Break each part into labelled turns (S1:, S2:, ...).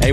S1: Hey,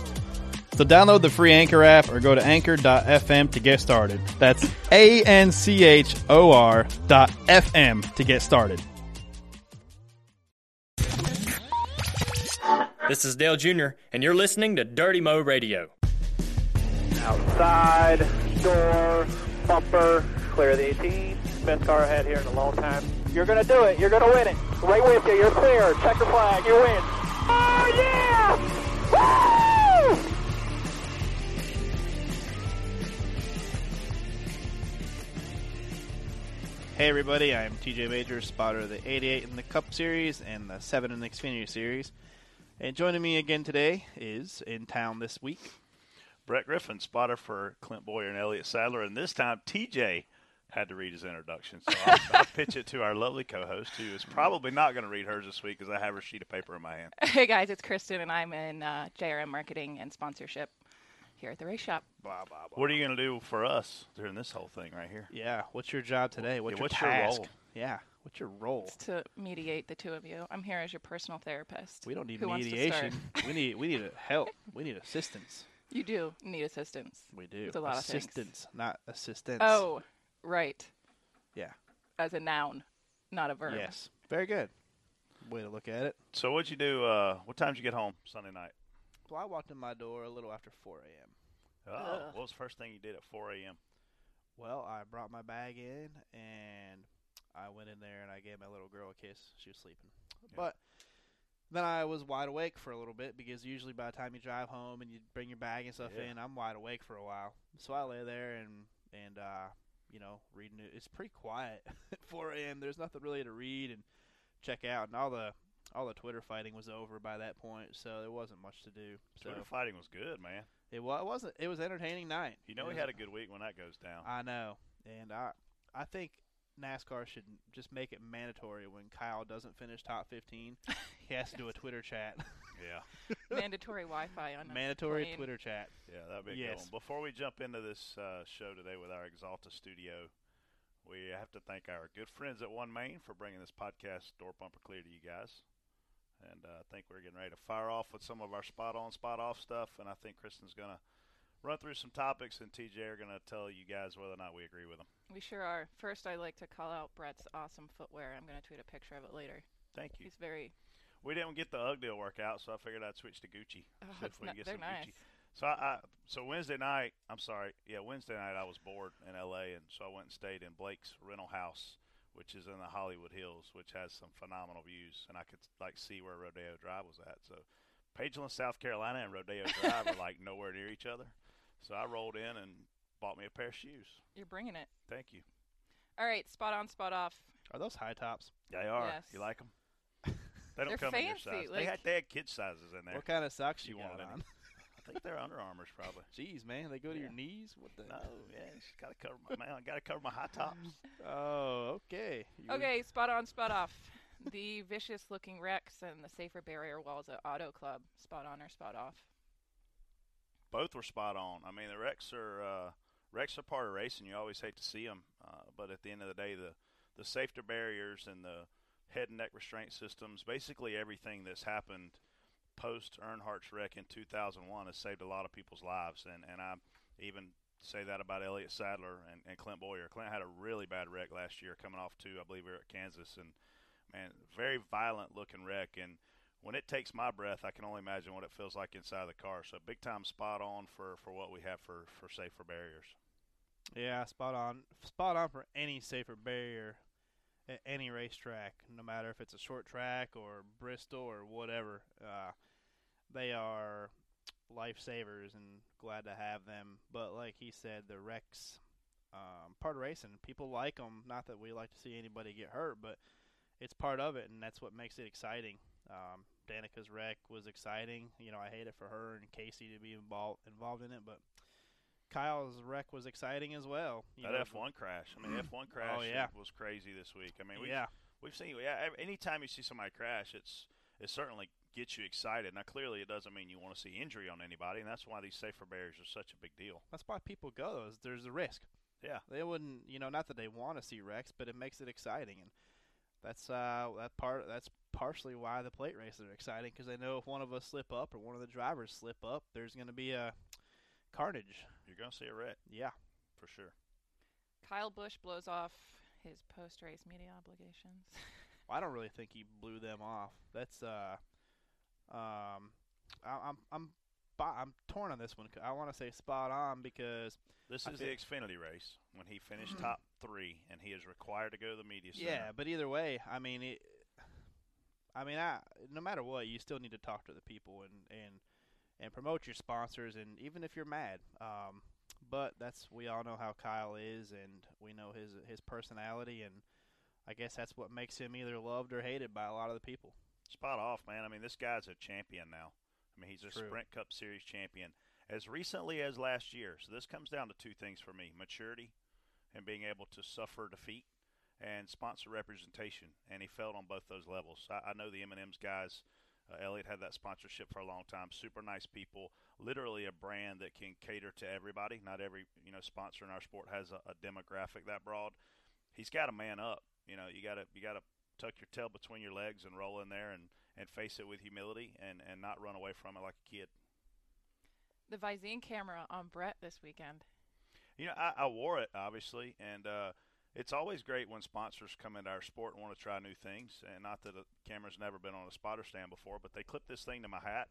S2: So download the free Anchor app or go to anchor.fm to get started. That's A N C H O R dot FM to get started.
S3: This is Dale Jr., and you're listening to Dirty Mo Radio.
S4: outside, shore, bumper, clear the 18. Best car I had here in a long time. You're going to do it. You're going to win it. Right with you. You're clear. Check the flag. You win. Oh, yeah! Woo!
S2: Hey everybody, I'm TJ Major, spotter of the 88 in the Cup Series and the 7 in the Xfinity Series. And joining me again today is in town this week.
S5: Brett Griffin, spotter for Clint Boyer and Elliot Sadler, and this time TJ had to read his introduction. So I'll, I'll pitch it to our lovely co-host, who is probably not going to read hers this week because I have her sheet of paper in my hand.
S6: Hey guys, it's Kristen, and I'm in uh, JRM marketing and sponsorship here at the race shop.
S2: Blah blah blah.
S5: What are you going to do for us during this whole thing right here?
S2: Yeah, what's your job today? What's,
S5: what's
S2: your
S5: your
S2: task?
S5: role?
S2: Yeah, what's your role?
S6: It's to mediate the two of you. I'm here as your personal therapist.
S2: We don't need
S6: Who wants to start?
S2: mediation. we need we need help. We need assistance.
S6: You do need assistance.
S2: We do.
S6: With a lot of things.
S2: assistance, not assistance.
S6: Oh, right,
S2: yeah.
S6: as a noun, not a verb.
S2: Yes. Very good. Way to look at it.
S5: So what'd you do? Uh, what time did you get home Sunday night?
S2: Well, I walked in my door a little after 4 a.m.
S5: Oh, what was the first thing you did at 4 a.m.?
S2: Well, I brought my bag in and I went in there and I gave my little girl a kiss. She was sleeping. But then I was wide awake for a little bit because usually by the time you drive home and you bring your bag and stuff
S5: Yeah.
S2: in, I'm wide awake for a while. So I lay there and and uh, you know reading it. It's pretty quiet at 4 a.m. There's nothing really to read and check out, and all the all the Twitter fighting was over by that point, so there wasn't much to do. So
S5: Twitter fighting was good, man.
S2: it, wa- it wasn't. It was an entertaining night.
S5: You know
S2: It
S5: we
S2: was
S5: had a good week when that goes down.
S2: I know, and I I think NASCAR should just make it mandatory when Kyle doesn't finish top 15, he has to do a Twitter chat,
S5: yeah,
S6: Mandatory Wi-Fi on a
S2: mandatory
S6: plane.
S2: Twitter chat.
S5: yeah, that'd be a
S2: Yes.
S5: good one. Before we jump into this uh, show today with our Exalta studio, we have to thank our good friends at One Main for bringing this podcast door bumper clear to you guys. And uh, I think we're getting ready to fire off with some of our spot on, spot off stuff. And I think Kristen's gonna run through some topics, and TJ are gonna tell you guys whether or not we agree with them.
S6: We sure are. First, I'd like to call out Brett's awesome footwear. I'm going to tweet a picture of it later.
S5: Thank you.
S6: He's very.
S5: We didn't get the UGG deal workout, so I figured I'd switch to Gucci.
S6: Oh,
S5: See
S6: it's not- they're nice.
S5: So I, I so Wednesday night, I'm sorry, yeah, Wednesday night I was bored in LA, and so I went and stayed in Blake's rental house, which is in the Hollywood Hills, which has some phenomenal views, and I could like see where Rodeo Drive was at. So Pageland, South Carolina, and Rodeo Drive are like nowhere near each other. So I rolled in and bought me a pair of shoes.
S6: You're bringing it.
S5: Thank you.
S6: All right, spot on, spot off.
S2: Are those high tops?
S5: They are. You
S6: Yes.
S5: like them? They don't
S6: They're
S5: come in your size.
S6: fancy,
S5: they
S6: like-
S5: had they had kid sizes in there.
S2: What kind of socks
S5: You
S2: you,
S5: want
S2: want
S5: any?
S2: on?
S5: I think they're Under Armours probably.
S2: Jeez, man, they go to your knees. What the?
S5: No, yeah, she's got to cover my man. I got to cover my high tops.
S2: Oh, okay. You were-
S6: Okay, spot on, spot off. the vicious looking wrecks and the safer barrier walls at Auto Club. Spot on or spot off?
S5: Both were spot on. I mean, the wrecks are uh, wrecks are part of racing. You always hate to see them, uh, but at the end of the day, the the safety barriers and the head and neck restraint systems, basically everything that's happened post Earnhardt's wreck in 2001 has saved a lot of people's lives, and and I even say that about Elliott Sadler and, and Clint Boyer. Clint had a really bad wreck last year, coming off two, I believe, we were at Kansas, and man, very violent looking wreck. And when it takes my breath, I can only imagine what it feels like inside the car. So big time spot on for, for what we have for, for safer barriers.
S2: Yeah, spot on. Spot on for any safer barrier at any racetrack, no matter if it's a short track or Bristol or whatever. Uh, they are lifesavers and glad to have them. But like he said, the wrecks, um, part of racing. People like them. Not that we like to see anybody get hurt, but it's part of it, and that's what makes it exciting. Um, Danica's wreck was exciting. You know, I hate it for her and Casey to be involved involved in it, but Kyle's wreck was exciting as well. You
S5: That
S2: know, Oh,
S5: F one crash. I mean, F one crash
S2: yeah.
S5: was crazy this week. I mean, we
S2: yeah,
S5: We've seen, yeah. ev- Anytime you see somebody crash, it's it certainly gets you excited. Now, clearly, it doesn't mean you want to see injury on anybody, and that's why these safer barriers are such a big deal.
S2: that's why people go. Is there's a risk.
S5: Yeah.
S2: they wouldn't you know not that they want to see wrecks but it makes it exciting and that's uh that part that's partially why the plate races are exciting because they know if one of us slip up or one of the drivers slip up there's going to be a carnage
S5: You're gonna see a wreck
S2: yeah
S5: for sure.
S6: Kyle Bush blows off his post race media obligations.
S2: i don't really think he blew them off that's uh um I, i'm i'm bi- I'm torn on this one. 'cause I want to say spot on because
S5: This
S2: I
S5: is the Xfinity race when he finished top three, and he is required to go to the media center.
S2: yeah, but either way, I mean, it, I mean, I no matter what, you still need to talk to the people and and and promote your sponsors, and even if you're mad, um, but that's we all know how Kyle is, and we know his his personality, and I guess that's what makes him either loved or hated by a lot of the people.
S5: Spot off, man. I mean, this guy's a champion now. I mean, he's a
S2: True.
S5: Sprint Cup Series champion as recently as last year. So this comes down to two things for me: maturity and being able to suffer defeat, and sponsor representation. And he failed on both those levels. I, I know the M&M's guys. Uh, Elliot had that sponsorship for a long time. Super nice people. Literally a brand that can cater to everybody. Not every you know sponsor in our sport has a, a demographic that broad. He's got to man up. You know, you got to you got to tuck your tail between your legs and roll in there and, and face it with humility and, and not run away from it like a kid.
S6: the Visine camera on Brett this weekend.
S5: You know, I, I wore it obviously, and uh, it's always great when sponsors come into our sport and want to try new things. And not that the camera's never been on a spotter stand before, but they clipped this thing to my hat,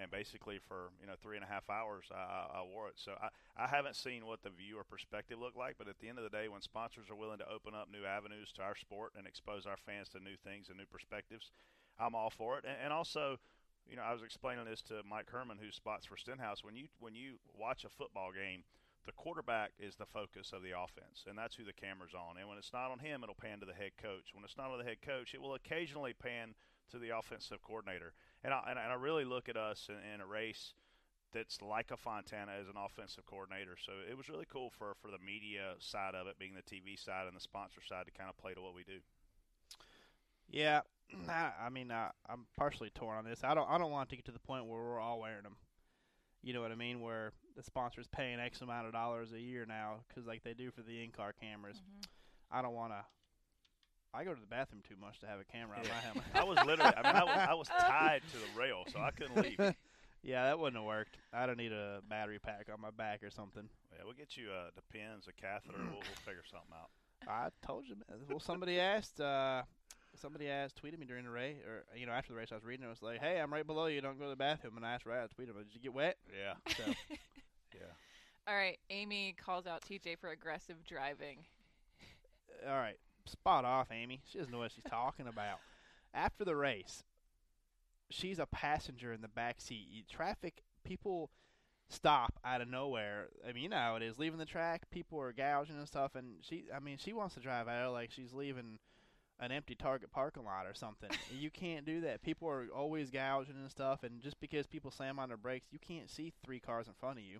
S5: and basically for you know three and a half hours, I, I, I wore it. So I, I haven't seen what the viewer perspective looked like, but at the end of the day, when sponsors are willing to open up new avenues to our sport and expose our fans to new things and new perspectives, I'm all for it. And, and also. You know, I was explaining this to Mike Herman, who spots for Stenhouse. When you when you watch a football game, the quarterback is the focus of the offense, and that's who the camera's on. And when it's not on him, it'll pan to the head coach. When it's not on the head coach, it will occasionally pan to the offensive coordinator. And I, and I and I really look at us in, in a race that's like a Fontana as an offensive coordinator. So it was really cool for, for the media side of it, being the TV side and the sponsor side, to kind of play to what we do.
S2: Yeah, I, I mean, I, I'm partially torn on this. I don't, I don't want to get to the point where we're all wearing them. You know what I mean? Where the sponsor's paying X amount of dollars a year now, because like they do for the in-car cameras. I don't want to. I go to the bathroom too much to have a camera on my helmet.
S5: I was literally, I mean, I was, I was tied to the rail, so I couldn't leave. Yeah,
S2: Yeah, that wouldn't have worked. I don't need a battery pack on my back or something.
S5: we'll get you uh, the pins, a catheter. We'll, we'll figure something out.
S2: I told you, man. Well, somebody asked, uh, somebody asked, tweeted me during the race, or you know, after the race, I was reading. it, I was like, "Hey, I'm right below you. Don't go to the bathroom." And I asked right, I tweeted, him, "Did you get wet?"
S5: Yeah,
S2: So,
S5: yeah.
S6: All right, Amy calls out TJ for aggressive driving.
S2: all right, spot off, Amy. She doesn't know what she's talking about. After the race, she's a passenger in the back seat. You- Traffic people stop out of nowhere. I mean, you know how it is. Leaving the track, people are gouging and stuff. And she, I mean, she wants to drive out of like she's leaving an empty Target parking lot or something. you can't do that. People are always gouging and stuff. And just because people slam on their brakes, you can't see three cars in front of you.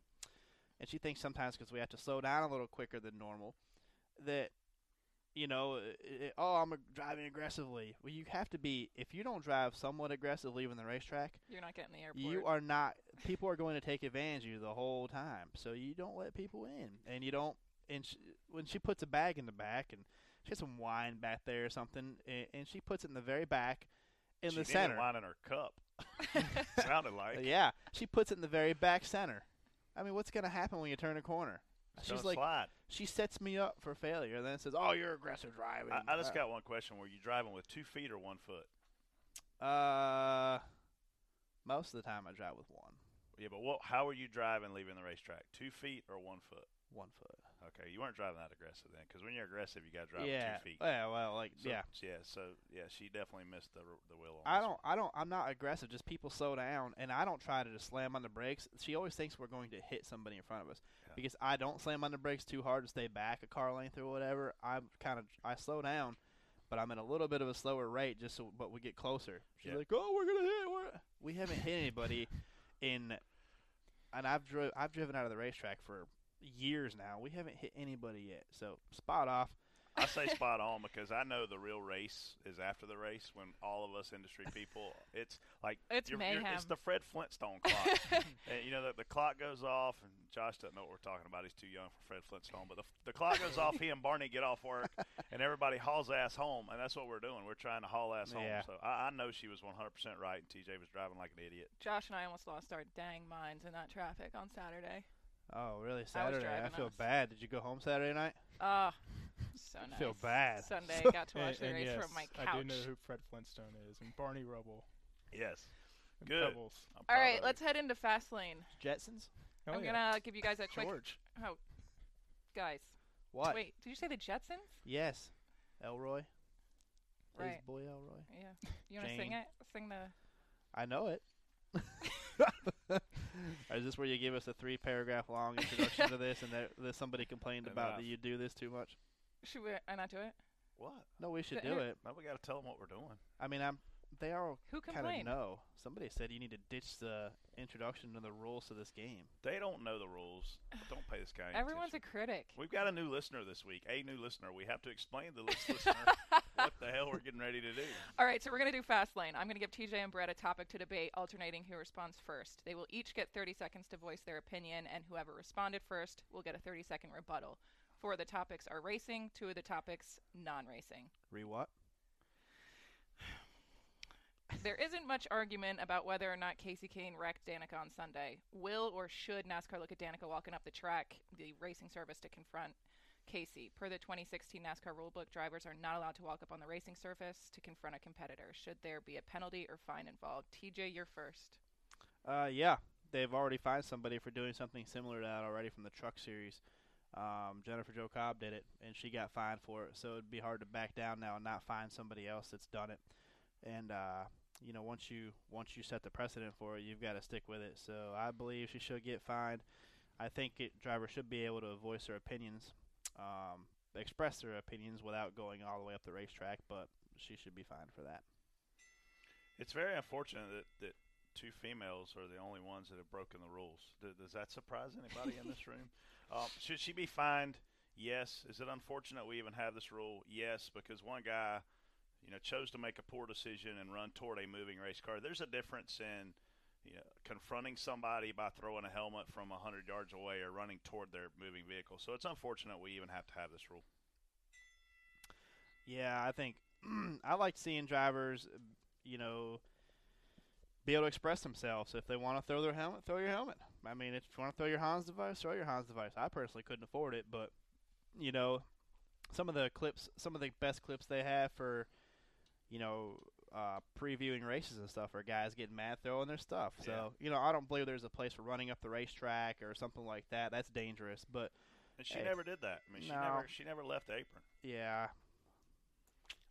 S2: And she thinks sometimes because we have to slow down a little quicker than normal that you know, it, it, oh, I'm ag- driving aggressively. Well, you have to be. If you don't drive somewhat aggressively in the racetrack,
S6: You're not getting the airport.
S2: you are not. People are going to take advantage of you the whole time. So you don't let people in, and you don't. And she, when she puts a bag in the back, and she has some wine back there or something, and, and she puts it in the very back, in
S5: she
S2: the
S5: needed
S2: center. Uh,
S5: Wine in her cup. Sounded like.
S2: Yeah, she puts it in the very back center. I mean, what's going to happen when you turn a corner?
S5: It's
S2: She's
S5: gonna
S2: like,
S5: slide.
S2: she sets me up for failure, and then says, "Oh, you're aggressive driving."
S5: I, I just
S2: Uh,
S5: got one question: Were you driving with two feet or one foot?
S2: Uh, most of the time I drive with one,
S5: Yeah, but what? How are you driving leaving the racetrack? Two feet or one foot?
S2: one foot.
S5: Okay, you weren't driving that aggressive then, because when you're aggressive, you got to drive with
S2: yeah.
S5: two feet.
S2: Yeah. Well, like
S5: So,
S2: yeah.
S5: yeah. So yeah, she definitely missed the r- the wheel. On
S2: I
S5: this
S2: don't. I don't. I'm not aggressive. Just people slow down, and I don't try to just slam on the brakes. She always thinks we're going to hit somebody in front of us
S5: Yeah.
S2: because I don't slam on the brakes too hard to stay back a car length or whatever. I'm kind of. I slow down, but I'm at a little bit of a slower rate just so. But we get closer. She's
S5: Yeah.
S2: like, "Oh, we're gonna hit. We're we haven't hit anybody in." And I've drove. I've driven out of the racetrack for years now. We haven't hit anybody yet. So spot off.
S5: I say spot on because I know the real race is after the race when all of us industry people, it's like
S6: It's
S5: it's
S6: mayhem.
S5: the Fred Flintstone clock, and you know the, the clock goes off, and Josh doesn't know what we're talking about. He's too young for Fred Flintstone, but the, the clock goes off. He and Barney get off work, and everybody hauls ass home, and that's what we're doing. We're trying to haul ass home.
S2: Yeah.
S5: So I, I know she was 100 percent right, and TJ was driving like an idiot.
S6: Josh and I almost lost our dang minds in that traffic on Saturday.
S2: Oh, really? Saturday. I,
S6: driving
S2: feel
S6: us.
S2: bad. Did you go home Saturday night?
S6: Ah, so nice.
S2: Feel bad.
S6: Sunday,
S7: So-
S6: got to watch
S7: and-
S6: the
S7: and
S6: race
S7: yes,
S6: from my
S7: I do
S6: couch.
S7: know who Fred Flintstone is and Barney Rubble.
S5: Yes,
S7: And
S5: Good.
S7: Pebbles.
S5: I'm
S6: All
S5: proud
S6: right,
S5: of
S6: let's head into fast lane.
S2: Jetsons?
S7: Oh,
S6: I'm
S7: yeah.
S6: gonna give you guys a quick.
S2: George.
S6: Oh, guys,
S2: What?
S6: wait. Did you say the Jetsons?
S2: Yes. Elroy. His
S6: Right.
S2: boy Elroy.
S6: Yeah. You wanna sing
S2: Jane.
S6: it? Sing the.
S2: I know it. Is this where you give us a three paragraph long introduction to this and there, that somebody complained about
S5: Enough.
S2: that you do this too much?
S6: Should we? I not do it.
S5: you. what?
S2: No, we should
S6: The
S2: do
S6: inter-
S2: it.
S5: Now we got to tell them what we're doing.
S2: I mean, I'm. They all
S6: Who
S2: kind of
S6: complained?
S2: know. Somebody said you need to ditch the introduction to the rules to this game.
S5: They don't know the rules. Don't pay this guy. any
S6: Everyone's
S5: attention.
S6: a critic.
S5: We've got a new listener this week. A new listener. We have to explain to this listener what the hell we're getting ready to do.
S6: All right, so we're going to do fast lane. I'm going to give TJ and Brett a topic to debate, alternating who responds first. They will each get 30 seconds to voice their opinion, and whoever responded first will get a 30 second rebuttal. Four of the topics are racing, two of the topics non racing.
S2: Re what?
S6: There isn't much argument about whether or not Casey Kane wrecked Danica on Sunday. Will or should NASCAR look at Danica walking up the track, the racing service, to confront Casey? Per the 2016 NASCAR rulebook, drivers are not allowed to walk up on the racing surface to confront a competitor. Should there be a penalty or fine involved? TJ, you're first.
S2: Uh, yeah, they've already fined somebody for doing something similar to that already from the truck series. Um, Jennifer Jo Cobb did it, and she got fined for it. So it'd be hard to back down now and not find somebody else that's done it. And uh, you know, once you once you set the precedent for it, you've got to stick with it. So I believe she should get fined. I think it, drivers should be able to voice their opinions, um, express their opinions without going all the way up the racetrack. But she should be fined for that.
S5: It's very unfortunate that, that two females are the only ones that have broken the rules. Th- does that surprise anybody in this room? Um, should she be fined? Yes. Is it unfortunate we even have this rule? Yes, because one guy, you know, chose to make a poor decision and run toward a moving race car. There's a difference in you know, confronting somebody by throwing a helmet from 100 yards away or running toward their moving vehicle. So it's unfortunate we even have to have this rule.
S2: Yeah, I think I like seeing drivers, you know, be able to express themselves. If they want to throw their helmet, throw your helmet. I mean, if you want to throw your Hans device, throw your Hans device. I personally couldn't afford it, but you know, some of the clips, some of the best clips they have for, you know, uh, previewing races and stuff are guys getting mad throwing their stuff. So you know, I don't believe there's a place for running up the racetrack or something like that. That's dangerous, but
S5: And she
S2: Hey.
S5: never did that. I mean, she
S2: No.
S5: never she never left the apron.
S2: yeah,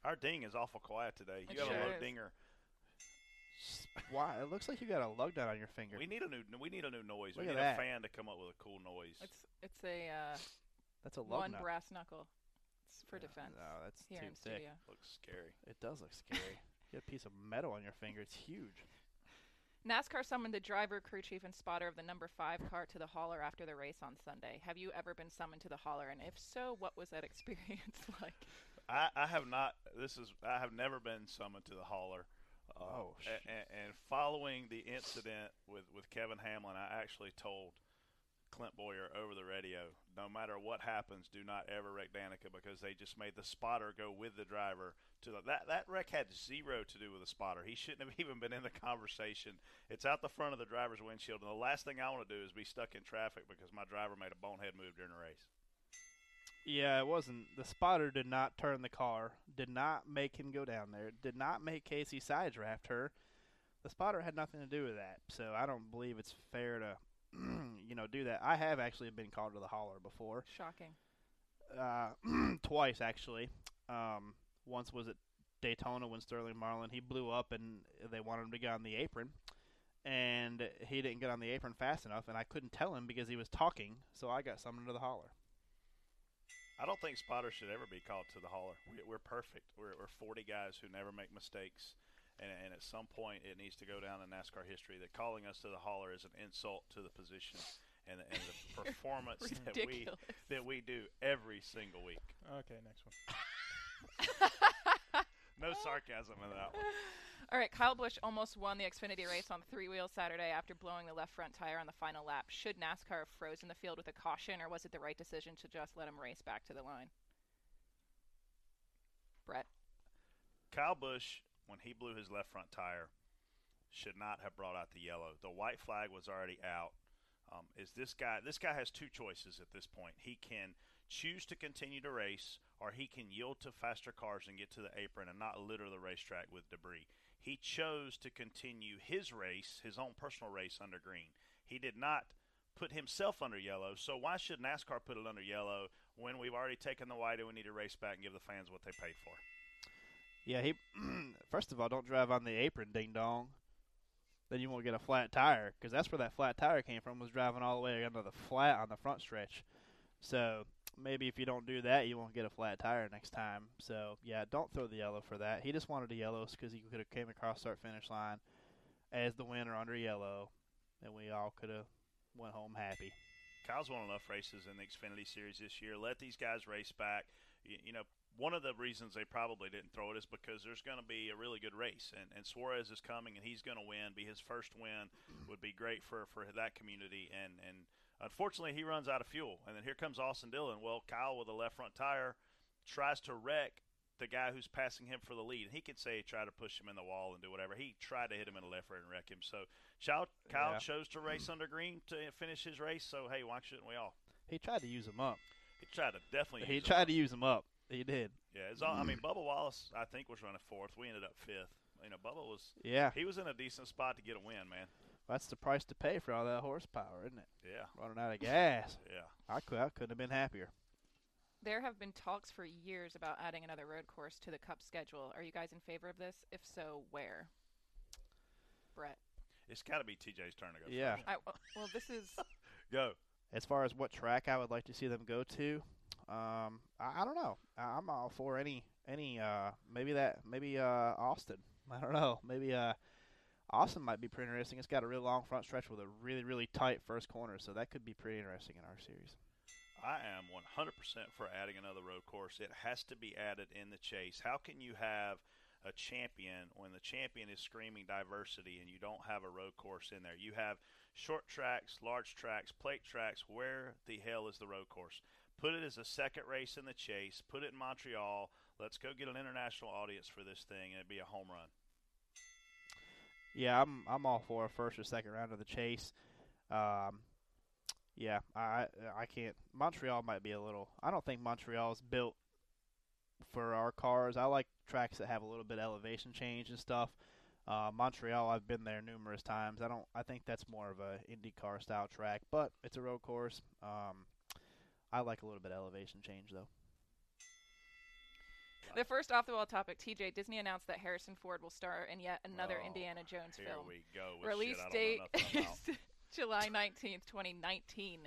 S5: Our ding is awful quiet today. You
S6: It
S5: got a
S6: sure
S5: low
S6: is.
S5: dinger.
S2: why? It looks like you got a lug nut on your finger.
S5: We need a new we need a new noise. we
S2: Look
S5: need a
S2: at that.
S5: fan to come up with a cool noise.
S6: It's it's a uh,
S2: That's a lug
S6: one
S2: nut.
S6: brass knuckle. It's for
S2: Yeah,
S6: defense
S2: No, that's
S6: here
S2: too
S6: in
S2: thick.
S6: studio.
S5: Looks scary.
S2: It does look scary. you got a piece of metal on your finger. It's huge.
S6: NASCAR summoned the driver, crew chief, and spotter of the number five car to the hauler after the race on Sunday. Have you ever been summoned to the hauler? And if so, what was that experience like?
S5: I, I have not. This is I have never been summoned to the hauler. Uh,
S2: Oh,
S5: a- a- and, following the incident with with Kevin Hamlin, I actually told Clint Boyer over the radio, no matter what happens, do not ever wreck Danica because they just made the spotter go with the driver to the, that that wreck had zero to do with the spotter. He shouldn't have even been in the conversation. It's out the front of the driver's windshield, and the last thing I want to do is be stuck in traffic because my driver made a bonehead move during the race.
S2: Yeah, it wasn't. The spotter did not turn the car, did not make him go down there, did not make Casey side draft her. The spotter had nothing to do with that, so I don't believe it's fair to you know, do that. I have actually been called to the holler before,
S6: Shocking.
S2: uh, twice actually. Um, once was at Daytona when Sterling Marlin he blew up and they wanted him to get on the apron, and he didn't get on the apron fast enough, and I couldn't tell him because he was talking, so I got summoned to the holler.
S5: I don't think spotters should ever be called to the holler. We, we're perfect. We're, we're 40 guys who never make mistakes. And, and at some point, it needs to go down in NASCAR history that calling us to the holler is an insult to the position and, and the performance that we
S6: Ridiculous.
S5: that we do every single week.
S7: Okay, next one.
S5: No sarcasm in that one.
S6: All right, Kyle Busch almost won the Xfinity race on three wheels Saturday after blowing the left front tire on the final lap. Should NASCAR have frozen the field with a caution, or was it the right decision to just let him race back to the line? Brett,
S5: Kyle Busch, when he blew his left front tire, should not have brought out the yellow. The white flag was already out. Um, is this guy? This guy has two choices at this point. He can choose to continue to race, or he can yield to faster cars and get to the apron and not litter the racetrack with debris. He chose to continue his race, his own personal race under green. He did not put himself under yellow. So why should NASCAR put it under yellow when we've already taken the white and we need to race back and give the fans what they paid for?
S2: Yeah, he. first of all, don't drive on the apron, ding dong. Then you won't get a flat tire because that's where that flat tire came from. Was driving all the way under the flat on the front stretch. So maybe if you don't do that, you won't get a flat tire next time. So yeah, don't throw the yellow for that. He just wanted a yellow because he could have came across start finish line as the winner under yellow, and we all could have went home happy.
S5: Kyle's won enough races in the Xfinity Series this year. Let these guys race back. You, you know, one of the reasons they probably didn't throw it is because there's going to be a really good race, and, and Suarez is coming, and he's going to win. Be his first win would be great for, for that community. And and unfortunately, he runs out of fuel, and then here comes Austin Dillon. Well, Kyle with a left front tire tries to wreck the guy who's passing him for the lead. He could say he tried to push him in the wall and do whatever. He tried to hit him in the left rear and wreck him. So Kyle, Kyle
S2: Yeah.
S5: chose to race under green to finish his race. So hey, why shouldn't we all?
S2: He tried to use him up.
S5: He tried to definitely.
S2: He
S5: use it.
S2: tried to use him up. He did.
S5: Yeah, it's all, I
S2: Mm.
S5: mean, Bubba Wallace, I think, was running fourth. We ended up fifth. You know, Bubba was
S2: Yeah,
S5: he was in a decent spot to get a win, man.
S2: that's the price to pay for all that horsepower, isn't it?
S5: Yeah,
S2: running out of gas.
S5: yeah.
S2: I could I couldn't have been happier.
S6: there have been talks for years about adding another road course to the Cup schedule. Are you guys in favor of this? If so, where? Brett,
S5: It's got to be TJ's turn to go.
S2: Yeah.
S5: first.
S6: I, well, this is
S5: Oh, go.
S2: As far as what track I would like to see them go to, um, I, I don't know. I, I'm all for any any uh maybe that maybe uh Austin. I don't know. Maybe uh Austin might be pretty interesting. It's got a real long front stretch with a really really tight first corner, so that could be pretty interesting in our series.
S5: I am 100% for adding another road course. It has to be added in the chase. How can you have a champion when the champion is screaming diversity and you don't have a road course in there? You have short tracks, large tracks, plate tracks. Where the hell is the road course? Put it as a second race in the chase. Put it in Montreal. Let's go get an international audience for this thing, and it'd be a home run.
S2: Yeah, I'm I'm all for a first or second round of the chase. Um, yeah, I I can't. Montreal might be a little. I don't think Montreal's built for our cars. I like tracks that have a little bit of elevation change and stuff. Uh, Montreal, I've been there numerous times. I don't. I think that's more of a IndyCar style track, but it's a road course. Um, I like a little bit of elevation change though.
S6: the first off the wall topic. TJ, Disney announced that Harrison Ford will star in yet another
S5: Oh,
S6: Indiana Jones
S5: Here
S6: film.
S5: we go. With shit
S6: Release
S5: I don't know
S6: date
S5: nothing
S6: is
S5: about.
S6: July 19th, 2019.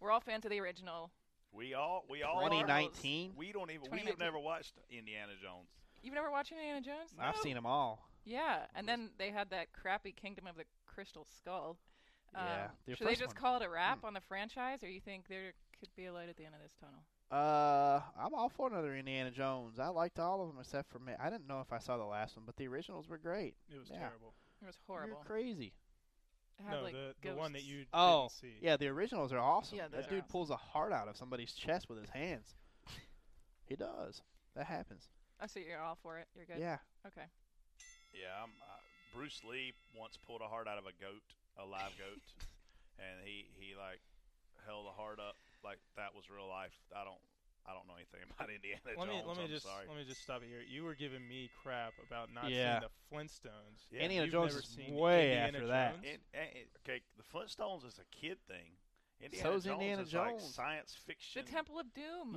S6: We're all fans of the original.
S5: we all we all are.
S2: 2019.
S5: We don't even we have
S6: 2019.
S5: never watched Indiana Jones.
S6: You've never watched Indiana Jones?
S2: I've seen them all.
S6: Yeah, and then they had that crappy Kingdom of the Crystal Skull. Um,
S2: Yeah, the
S6: should they
S2: first
S6: just
S2: one. Mm.
S6: call it a wrap on the franchise, or you think there could be a light at the end of this tunnel?
S2: Uh, I'm all for another Indiana Jones. I liked all of them except for me. I didn't know if I saw the last one, but the originals were great.
S7: It was
S2: Yeah.
S7: terrible.
S6: It was horrible.
S2: You're crazy.
S6: It had,
S7: no,
S6: like,
S7: the, the one that
S6: ghosts.
S7: you
S2: Oh,
S7: didn't see.
S2: Yeah, the originals are awesome.
S6: Yeah, those
S2: that
S6: are
S2: dude
S6: awesome.
S2: pulls a heart out of somebody's chest with his hands. he does. That happens.
S6: Oh, so you're all for it. You're good.
S2: Yeah.
S6: Okay.
S5: Yeah, I'm, uh, Bruce Lee once pulled a heart out of a goat, a live goat, and he he like held a heart up like that was real life. I don't I don't know anything about Indiana
S7: Let me
S5: Jones.
S7: let me
S5: I'm
S7: just
S5: sorry.
S7: let me just stop it here. You were giving me crap about not
S2: Yeah.
S7: seeing the Flintstones.
S5: Yeah,
S2: Indiana
S7: you've
S2: Jones
S7: never
S2: is
S7: seen
S2: way
S7: Indiana
S2: after that.
S7: Jones?
S5: In, in- okay, the Flintstones is a kid thing. Indiana
S2: So's
S5: Jones
S2: Indiana
S5: is like
S2: Jones.
S5: science
S6: The
S5: fiction.
S6: Temple of Doom.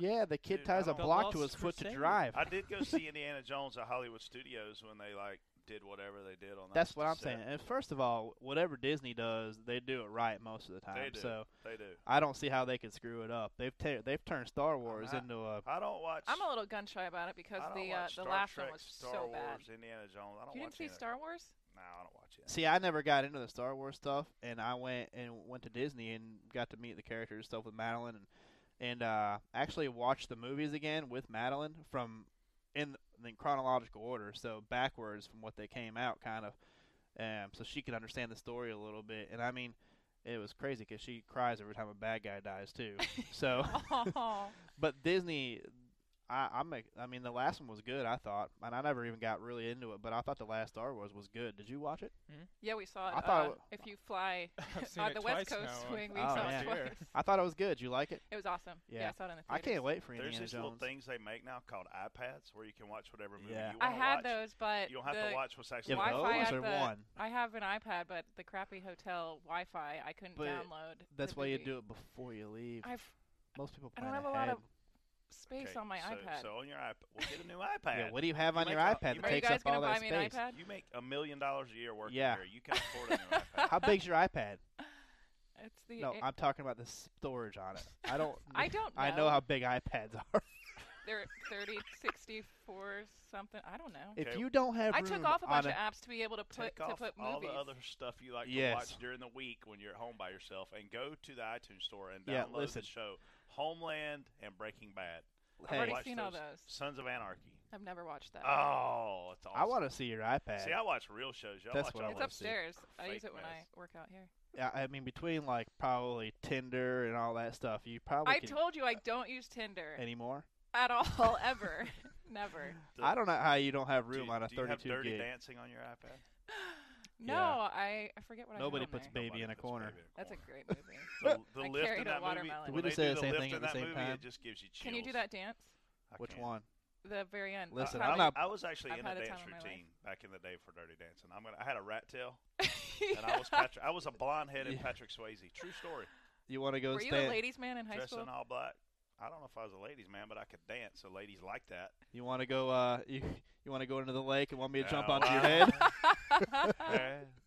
S2: Yeah, the kid
S5: Dude, I
S2: ties a
S5: don't- The
S2: block
S7: Lost
S2: to his foot to
S7: Crusade.
S2: drive.
S5: I did go see Indiana Jones at Hollywood Studios when they like did whatever they did on that.
S2: That's what I'm
S5: set.
S2: saying. And first of all, whatever Disney does, they do it right most of the time.
S5: They do.
S2: Um, So
S5: They do.
S2: I don't see how they can screw it up. They've ta- they've turned Star Wars
S5: I-
S2: into a
S5: I don't watch.
S6: I'm a little gun shy about it because
S5: I don't
S6: the uh,
S5: watch
S6: the
S5: Star
S6: last
S5: Trek,
S6: one was
S5: Star
S6: so
S5: Wars,
S6: bad.
S5: Indiana Jones. I don't
S6: You
S5: watch
S6: didn't see
S5: any of that.
S6: Star Wars?
S5: No, I don't watch it.
S2: See, I never got into the Star Wars stuff, and I went and went to Disney and got to meet the characters and stuff with Madeline, and and uh, actually watched the movies again with Madeline from in, in chronological order, so backwards from what they came out, kind of, um, so she could understand the story a little bit. And I mean, it was crazy because she cries every time a bad guy dies too. So,
S6: Oh,
S2: but Disney. I, I'm a, I mean, the last one was good, I thought, and I never even got really into it. But I thought the last Star Wars was good. Did you watch it?
S6: yeah, we saw it.
S2: I thought
S6: uh,
S2: it wa-
S6: if you fly
S7: I've seen
S6: on
S7: it
S6: the West
S7: twice
S6: Coast
S7: now.
S6: wing, we
S2: Oh,
S6: saw
S2: yeah.
S6: it twice.
S2: I thought it was good. Did you like it?
S6: It was awesome. Yeah.
S2: Yeah.
S6: I saw it in the
S2: I
S6: theaters.
S2: can't wait for
S5: There's
S2: Indiana
S5: these little
S2: Jones.
S5: things they make now called iPads where you can watch whatever movie
S2: Yeah.
S5: you
S6: I
S5: want to
S6: had
S5: watch.
S6: those, but
S5: you don't have
S6: the,
S5: to watch what's actually
S2: Yeah,
S5: going
S6: Wi-Fi
S5: on.
S2: those
S6: at
S2: are
S6: the-
S2: one.
S6: I have an iPad, but the crappy hotel Wi-Fi, I couldn't
S2: But
S6: download. the
S2: That's why you
S6: movie.
S2: do it before you leave.
S6: I've
S2: Most people
S6: I don't
S2: plan
S6: have a lot
S2: ahead.
S6: of space
S5: Okay,
S6: on my
S5: so,
S6: iPad.
S5: So on your iPad, well, get a new iPad.
S2: Yeah, what do you have
S5: You
S2: on your
S5: make a-
S2: iPad
S5: you
S2: that
S6: Are you
S2: takes
S6: guys
S2: up
S6: gonna
S2: all
S6: buy
S2: that
S6: me an
S2: space?
S6: iPad?
S5: You make a million dollars a year working
S2: Yeah.
S5: here. You can afford a new iPad.
S2: How big's your iPad?
S6: It's the
S2: No,
S6: it-
S2: I'm talking about the storage on it. I don't.
S6: I don't
S2: I know
S6: know.
S2: how big iPads are.
S6: they're 30, 64 something. I don't know.
S2: If
S5: Okay.
S2: you don't have
S6: I
S2: room
S6: took off a bunch
S2: on
S6: of apps to be able to put
S5: Take
S6: to
S5: off
S6: put
S5: all
S6: movies.
S5: the other stuff you like
S2: Yes.
S5: to watch during the week when you're at home by yourself, and go to the iTunes store and
S2: Yeah,
S5: download
S2: listen.
S5: the show Homeland and Breaking Bad.
S2: a,
S6: I've already
S2: hey,
S5: Watch
S6: seen all those.
S5: Sons of Anarchy.
S6: I've never watched that.
S2: Ah,
S5: Oh, it's awesome.
S2: I want to see your iPad.
S5: see. I watch real shows. Y'all
S2: That's
S5: watch
S2: what I
S5: all
S6: it's
S2: wanna
S5: those
S2: see.
S6: upstairs. I use
S5: fake
S6: it when
S5: mess.
S6: I work out here.
S2: Yeah, I mean, between like probably Tinder and all that stuff, you probably
S6: I
S2: can
S6: told you I don't use Tinder
S2: anymore.
S6: at all ever, never.
S5: The-
S2: I don't know how you don't have
S5: do you-
S2: room on a
S5: do you have
S2: 32
S5: Dirty
S2: gig.
S5: Dancing on your iPad?
S6: No,
S2: Yeah.
S6: I, I forget what
S2: Nobody
S6: I had on
S2: puts
S6: there.
S2: Baby
S5: Nobody
S2: in a
S5: puts
S2: corner.
S5: Baby in a
S6: That's a
S5: corner.
S6: great movie.
S5: The, the
S6: I
S5: lift in
S6: carried a
S5: that movie.
S6: watermelon. Did
S5: when
S2: we
S5: they
S2: just say
S5: do
S2: the same
S5: lift
S2: thing
S5: in
S2: at the
S5: that
S2: same
S5: movie,
S2: time?
S5: It just gives you chills.
S6: Can you do that dance?
S5: I
S2: Which
S5: can't.
S2: one?
S6: The very end.
S5: I-
S2: Listen,
S5: I,
S2: I'm
S5: was-
S2: not-
S5: I was actually
S6: I've
S5: in a
S6: had a
S5: dance
S6: time in my
S5: routine back in the day for Dirty Dancing. I'm gonna. I had a rat tail, and I was Patrick. I was a blonde headed
S2: Yeah.
S5: Patrick Swayze. True story.
S2: You want to go
S6: Were you
S2: stand?
S6: a ladies' man in high
S5: Dressed
S6: school?
S5: in all black. I don't know if I was a ladies man, but I could dance. So ladies like that.
S2: You want to go? Uh, you you want to go into the lake and want me to jump
S5: Now
S2: onto your
S5: I
S2: head?
S5: had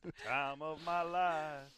S5: the Time of my life.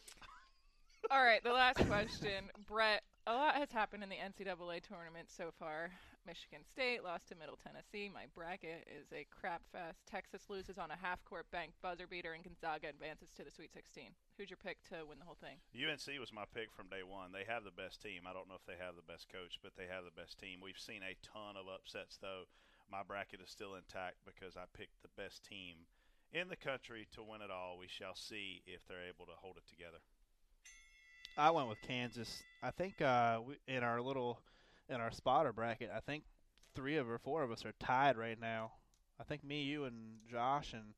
S6: All right, the last question, Brett. A lot has happened in the NCAA tournament so far. Michigan State lost to Middle Tennessee. My bracket is a crap fest. Texas loses on a half-court bank buzzer beater, and Gonzaga advances to the Sweet 16. Who's your pick to win the whole thing?
S5: UNC was my pick from day one. They have the best team. I don't know if they have the best coach, but they have the best team. We've seen a ton of upsets, though. My bracket is still intact because I picked the best team in the country to win it all. We shall see if they're able to hold it together.
S2: I went with Kansas. I think uh, we, in our little in our spotter bracket, I think three of or four of us are tied right now. I think me, you, and Josh and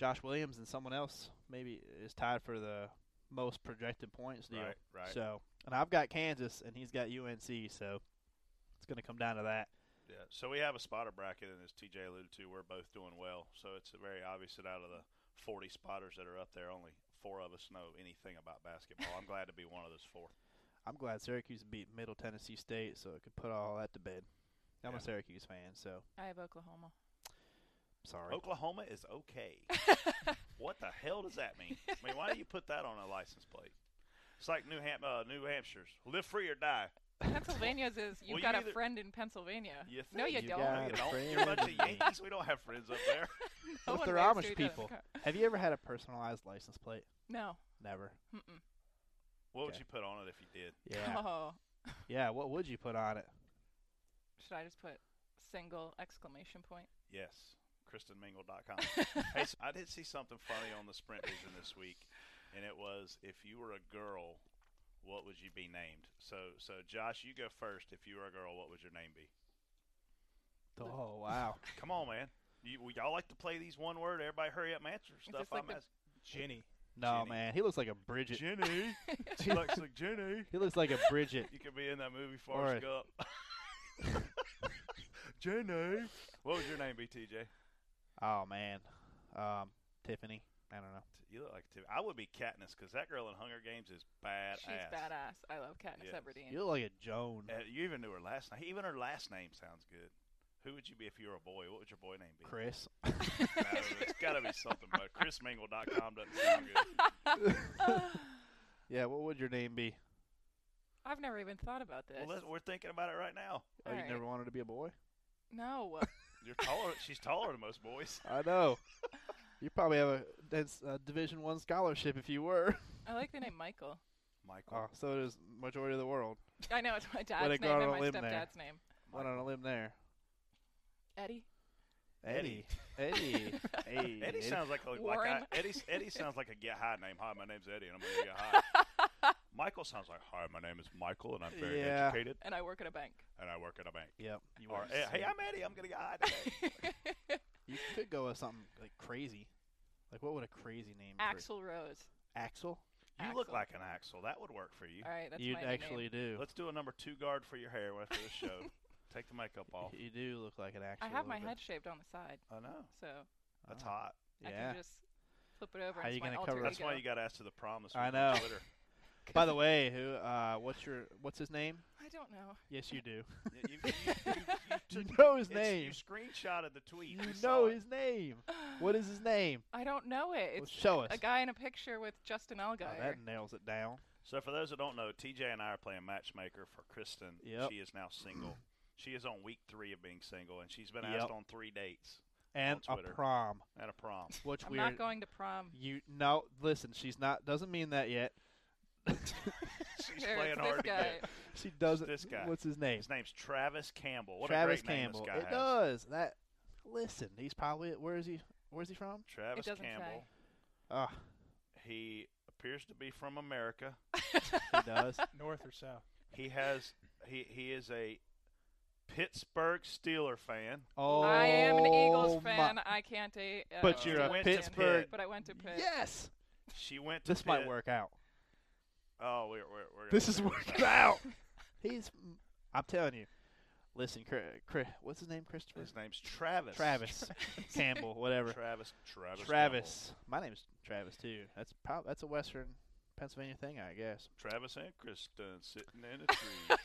S2: Josh Williams and someone else maybe is tied for the most projected points deal.
S5: Right, right.
S2: So, and I've got Kansas and he's got UNC, so it's going to come down to that.
S5: Yeah. So we have a spotter bracket, and as TJ alluded to, we're both doing well. So it's very obvious that out of the 40 spotters that are up there, only four of us know anything about basketball. I'm glad to be one of those four.
S2: I'm glad Syracuse beat Middle Tennessee State, so it could put all that to bed. I'm
S5: Yeah.
S2: a Syracuse fan, so
S6: I have Oklahoma.
S2: sorry.
S5: Oklahoma is okay. what the hell does that mean? I mean, why do you put that on a license plate? It's like New Ham- uh, New Hampshire's "Live Free or Die."
S6: Pennsylvania's is
S5: Well,
S6: you've got
S5: you
S6: a
S5: either-
S6: friend in Pennsylvania.
S5: You
S6: no,
S5: think
S6: you,
S2: You
S6: don't.
S2: got
S5: No, you
S2: a
S5: don't. You're a bunch of
S2: friend.
S5: Yankees. We don't have friends up there.
S6: No
S2: Well, if
S6: one
S2: they're
S6: lives
S2: Amish
S6: through the
S2: people.
S6: car-
S2: Have you ever had a personalized license plate?
S6: No.
S2: Never.
S6: Mm-mm.
S5: What would
S2: Okay.
S5: you put on it if you did?
S2: Yeah.
S6: Oh,
S2: yeah, what would you put on it?
S6: should I just put single exclamation point?
S5: Yes, KristenMingle.com. hey, s- I did see something funny on the Sprint Vision this week, and it was if you were a girl, what would you be named? So, so Josh, you go first. If you were a girl, what would your name be?
S2: Oh wow!
S5: Come on, man. You, well, y'all like to play these one word. Everybody, hurry up and answer stuff.
S6: this like
S5: I'm
S6: the-
S5: asking.
S7: Jenny.
S2: No
S5: Jenny.
S2: man, he looks like a Bridget.
S5: Jenny.
S2: He
S5: like Jenny.
S2: looks like a Bridget.
S5: You could be in that movie
S2: Or
S5: Forrest Gump. Jenny. What was your name, BTJ?
S2: Oh man, um, Tiffany. I don't know.
S5: You look like Tiffany. I would be Katniss because that girl in Hunger Games is badass.
S6: She's badass. I love Katniss
S5: Yes.
S6: Everdeen.
S2: You look like a Joan.
S5: Uh, you even knew her last name. Even her last name sounds good. Who would you be if you were a boy? What would your boy name be?
S2: Chris.
S5: No, it's got to be something, but ChrisMingle.com doesn't sound good.
S2: yeah. What would your name be?
S6: I've never even thought about this.
S5: Well, let's, we're thinking about it right now.
S2: Oh, you
S6: Alright.
S2: never wanted to be a boy.
S6: No.
S5: You're taller. she's taller than most boys.
S2: I know. you probably have a that's, uh, Division One scholarship if you were.
S6: I like the name Michael.
S5: Michael.
S2: Oh, so does majority of the world.
S6: I know it's my
S2: Way to
S6: dad's
S2: go
S6: name
S2: on
S6: and
S2: a
S6: my
S2: limb
S6: stepdad's
S2: there.
S6: name.
S2: Went on a limb there.
S6: Eddie.
S5: Eddie.
S2: Eddie. Hey,
S5: Eddie sounie sounds like a, like I,
S6: Warren.
S5: Eddie. Eddie sounds like a get high name. Hi, my name's Eddie, and I'm gonna get high. Michael sounds like hi, my name is Michael, and I'm very
S2: Yeah.
S5: educated,
S6: And I work at a bank.
S5: and I work at a bank.
S2: Yep. You
S5: Or
S2: were
S5: eh, hey,
S2: sick.
S5: I'm Eddie. I'm gonna get high. Today.
S2: You could go with something like crazy. Like what would a crazy name? for-
S6: Axel Rose.
S2: Axel.
S5: you look
S6: Axel.
S5: like an Axel. That would work for you.
S6: All right, that's
S2: you
S6: my new
S2: actually
S6: name.
S2: do.
S5: Let's do a number two guard for your hair after the show. Take the makeup off.
S2: You do look like an Axel.
S6: I
S2: a
S6: have my
S2: little
S6: head
S2: bit.
S6: shaved on the side,
S5: I know.
S6: so
S5: That's
S2: Oh,
S5: hot.
S6: I
S2: Yeah.
S6: can just flip it over.
S2: How
S6: and
S2: you
S6: it's my
S2: gonna
S6: alter
S2: cover it?
S5: That's
S6: ego.
S5: why you got asked to the promise.
S2: I know.
S5: Twitter.
S2: By the way, who? Uh, what's your? What's his name?
S6: I don't know.
S2: Yes, you do.
S5: You, you, you, you,
S2: You
S5: took-
S2: know his
S5: it's-
S2: name.
S5: You screenshotted the tweet.
S2: You
S5: We saw
S2: know
S5: it.
S2: his name. What is his name?
S6: I don't know it.
S2: Well,
S6: It's
S2: show us.
S6: a guy in a picture with Justin
S2: Oh,
S6: Allgaier.
S2: that nails it down.
S5: So for those that don't know, TJ and I are playing matchmaker for Kristen.
S2: Yep.
S5: She is now single. she is on week three of being single, and she's been
S2: Yep.
S5: asked on three dates
S2: And a
S5: Twitter.
S2: prom,
S5: at a prom.
S2: which
S6: I'm
S2: we're
S6: not going to prom.
S2: You no, listen. She's not. Doesn't mean that yet.
S5: She's
S6: There's
S5: playing
S6: this
S5: hard to
S6: guy.
S5: get.
S2: She doesn't.
S5: This guy.
S2: What's his name?
S5: His name's Travis Campbell. What
S2: Travis
S5: a great
S2: Campbell.
S5: name this guy
S2: it
S5: has.
S2: does that. Listen, he's probably. Where is he? Where's he from?
S5: Travis
S6: It doesn't
S5: Campbell.
S2: Ah,
S5: He appears to be from America.
S2: he does.
S7: north or south.
S5: He has he he is a Pittsburgh Steeler fan.
S2: Oh,
S6: I am an Eagles
S2: my-
S6: fan. I can't date. Uh,
S2: But you're
S5: a
S6: Steelers fan,
S5: Pittsburgh-
S6: But I went to Pitt.
S2: Yes,
S5: She went to
S2: this might
S5: Pitt.
S2: work out.
S5: Oh, we're we're, we're gonna
S2: This is
S5: figure
S2: working out. He's. I'm telling you. Listen, Chris. What's his name? Christopher.
S5: His name's Travis.
S2: Travis Campbell. Whatever.
S5: Travis. Travis.
S2: Travis. My name's Travis too. That's prob- that's a Western Pennsylvania thing, I guess.
S5: Campbell. Travis and Kristen sitting in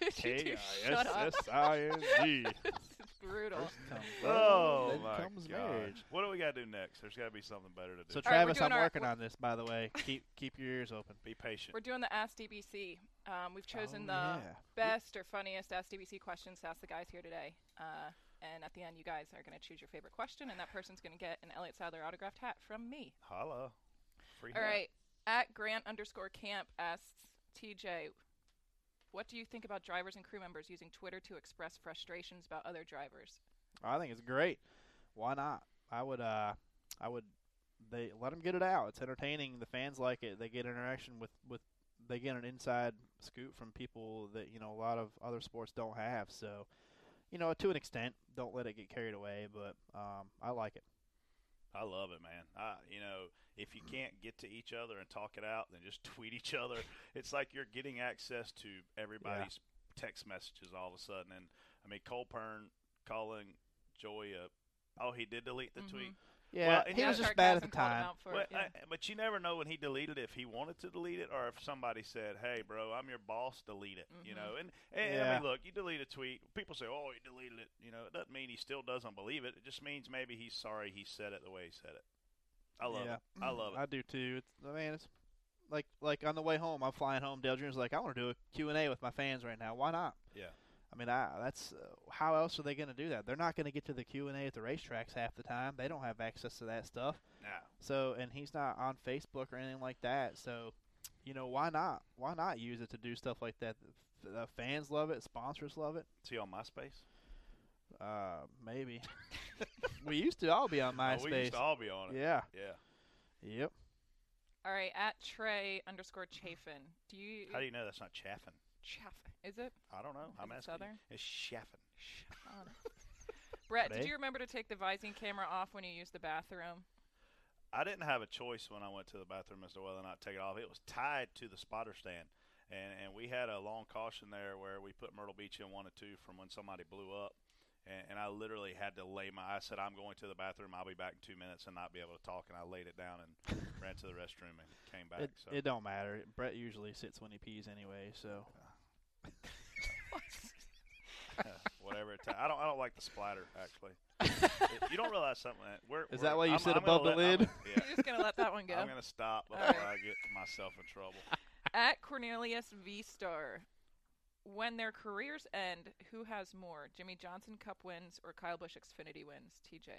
S5: a tree.
S6: You two shut up.
S2: K-I-S-S-I-N-G.
S6: this is brutal.
S5: oh
S2: then
S5: my
S2: comes
S5: gosh.
S2: marriage.
S5: What do we got to do next? There's got to be something better to do.
S2: So
S6: All right, we're
S2: Travis,
S6: doing
S2: I'm
S6: our-
S2: working
S6: we're-
S2: on this by the way. Keep keep your ears open.
S5: be patient.
S6: We're doing the Ask DBC. Um, we've chosen
S2: Oh,
S6: the
S2: yeah.
S6: best or funniest Ask DBC questions to ask the guys here today. Uh, and at the end, you guys are going to choose your favorite question, and that person's going to get an Elliot Sadler autographed hat from me.
S5: Holla. Free
S6: All
S5: hat.
S6: right. At Grant underscore camp asks TJ, what do you think about drivers and crew members using Twitter to express frustrations about other drivers?
S2: I think it's great. Why not? I would uh I would they let them get it out. It's entertaining. The fans like it. They get interaction with with they get an inside scoop from people that you know a lot of other sports don't have. So, you know, to an extent, don't let it get carried away, but um I like it.
S5: I love it, man. I, you know, if you can't get to each other and talk it out, then just tweet each other. It's like you're getting access to everybody's text messages all of a sudden. And I mean, Cole Pern calling Joy a oh he did delete the
S6: Mhm.
S5: tweet.
S2: Yeah,
S5: and
S2: he
S5: that-
S2: was
S6: Matt
S2: just bad at the
S6: Sarcasm called him
S2: time.
S6: out for
S5: Well,
S6: it, yeah.
S5: I- but you never know when he deleted it, if he wanted to delete it or if somebody said, "Hey, bro, I'm your boss. Delete it." You
S6: Mhm.
S5: know, and, and I
S2: Yeah.
S5: mean, look, you delete a tweet, people say, "Oh, he deleted it." You know, it doesn't mean he still doesn't believe it. It just means maybe he's sorry he said it the way he said it. I love
S2: Yeah.
S5: it. I love it.
S2: Mm, I do too. It's, I mean, it's like like on the way home, I'm flying home. Dale Jr.'s like, I want to do a Q and A with my fans right now. Why not?
S5: Yeah.
S2: I mean, I, that's uh, how else are they going to do that? They're not going to get to the Q and A at the racetracks half the time. They don't have access to that stuff.
S5: Now,
S2: So, and he's not on Facebook or anything like that. So, you know, why not? Why not use it to do stuff like that? The, the fans love it. Sponsors love it.
S5: see on MySpace.
S2: Uh, maybe we used to all be on
S5: Oh,
S2: MySpace.
S5: we used to all be on it.
S2: yeah.
S5: Yeah.
S2: Yep.
S6: All right, at Trey underscore Chafin. Do you,
S5: How do you know that's not chaffing?
S6: Chaffin? Is it?
S5: I don't know. I'm asking.
S6: it
S5: you.
S6: Southern?
S5: It's chaffing.
S6: Chaffin. Um, Brett, did
S2: Trey?
S6: you remember to take the visine camera off when you used the bathroom?
S5: I didn't have a choice when I went to the bathroom as to whether or not to take it off. It was tied to the spotter stand. and and we had a long caution there where we put Myrtle Beach in one and two from when somebody blew up, and, and I literally had to lay my. I said I'm going to the bathroom. I'll be back in two minutes and not be able to talk, and I laid it down and ran to the restroom and came back.
S2: It,
S5: so
S2: it don't matter. Brett usually sits when he pees anyway, so
S5: whatever. It ta- I don't I don't like the splatter actually. It- you don't realize something. That we're,
S2: Is
S5: we're-
S2: that why you
S5: I'm-
S2: sit
S5: I'm gonna
S2: above the
S5: let- I'm-
S2: lid?
S5: yeah.
S6: You're just gonna let that one go.
S5: I'm going to stop before
S6: Alright.
S5: I get myself in trouble.
S6: At Cornelius V Star, when their careers end, who has more, Jimmy Johnson Cup wins or Kyle Busch Xfinity wins? TJ.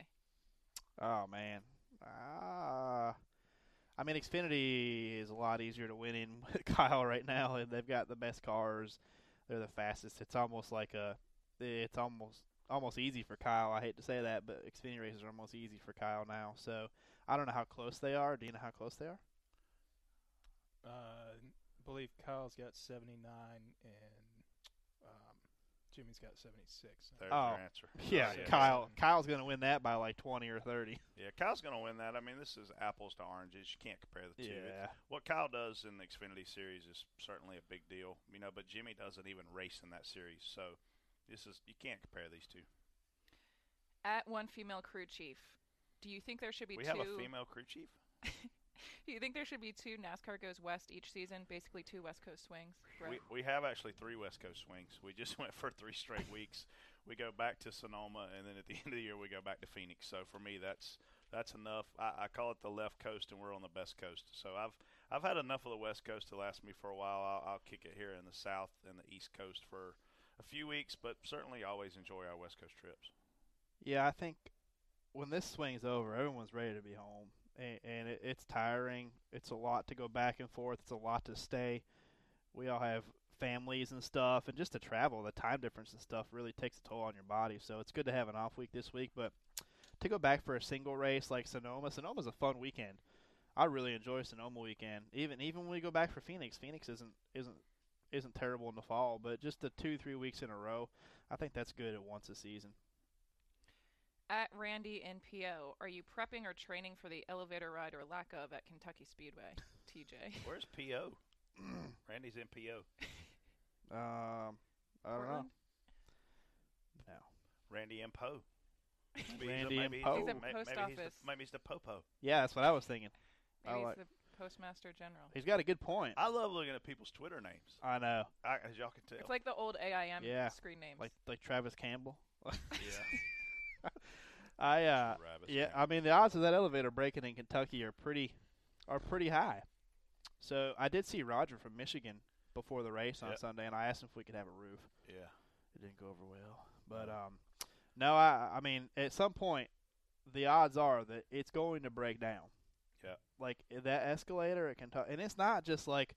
S2: oh man. Ah. I mean Xfinity is a lot easier to win in with Kyle right now and they've got the best cars. They're the fastest. It's almost like a it's almost almost easy for Kyle. I hate to say that, but Xfinity races are almost easy for Kyle now. So I don't know how close they are. Do you know how close they are?
S7: Uh, believe Kyle's got 79 and um, Jimmy's got 76.
S5: There's
S2: Oh.
S5: your answer.
S2: Yeah,
S5: Right,
S2: Kyle. Kyle's gonna win that by like twenty or thirty.
S5: Yeah, Kyle's going to win that. I mean, this is apples to oranges. You can't compare the two.
S2: Yeah.
S5: What Kyle does in the Xfinity series is certainly a big deal, you know. But Jimmy doesn't even race in that series, so this is you can't compare these two.
S6: At one female crew chief, do you think there should be
S5: we
S6: two?
S5: have a female crew chief.
S6: Do you think there should be two NASCAR goes west each season, basically two West Coast swings? Brett?
S5: We, we have actually three West Coast swings. We just went for three straight weeks. We go back to Sonoma, and then at the end of the year, we go back to Phoenix. So for me, that's that's enough. I, I call it the left coast, and we're on the best coast. So I've I've had enough of the West Coast to last me for a while. I'll, I'll kick it here in the South and the East Coast for a few weeks, but certainly always enjoy our West Coast trips.
S2: Yeah, I think when this swing's over, everyone's ready to be home, and, and it, it's tiring. It's a lot to go back and forth. It's a lot to stay. We all have families and stuff, and just to travel, the time difference and stuff really takes a toll on your body. So it's good to have an off week this week, but to go back for a single race like Sonoma, Sonoma's a fun weekend. I really enjoy Sonoma weekend. Even even when we go back for Phoenix, Phoenix isn't isn't isn't terrible in the fall, but just the two three weeks in a row, I think that's good at once a season.
S6: At Randy NPO, are you prepping or training for the elevator ride or lack of at Kentucky Speedway? TJ.
S5: Where's PO? Randy's in PO.
S2: Um, I don't know.
S6: Portland?
S5: Randy and Poe. Maybe he's a-
S2: Randy and
S5: maybe
S2: Poe.
S5: he's a-
S6: He's at
S5: may-
S6: post
S5: maybe he's the-
S6: office.
S5: Maybe he's the Popo.
S2: Yeah, that's what I was thinking. I
S6: Maybe he's
S2: like-
S6: the Postmaster General.
S2: He's got a good point.
S5: I love looking at people's Twitter names.
S2: I know,
S5: I, as y'all can tell.
S6: It's like the old AIM
S2: Yeah,
S6: screen names.
S2: like like Travis Campbell.
S5: yeah.
S2: I uh,
S5: Travis
S2: yeah.
S5: Campbell.
S2: I mean, the odds of that elevator breaking in Kentucky are pretty are pretty high. So I did see Roger from Michigan before the race on
S5: Yep.
S2: Sunday, and I asked him if we could have a roof.
S5: yeah.
S2: It didn't go over well, but um, no, I I mean, at some point, the odds are that it's going to break down.
S5: Yeah.
S2: like that escalator at Kentucky, and it's not just like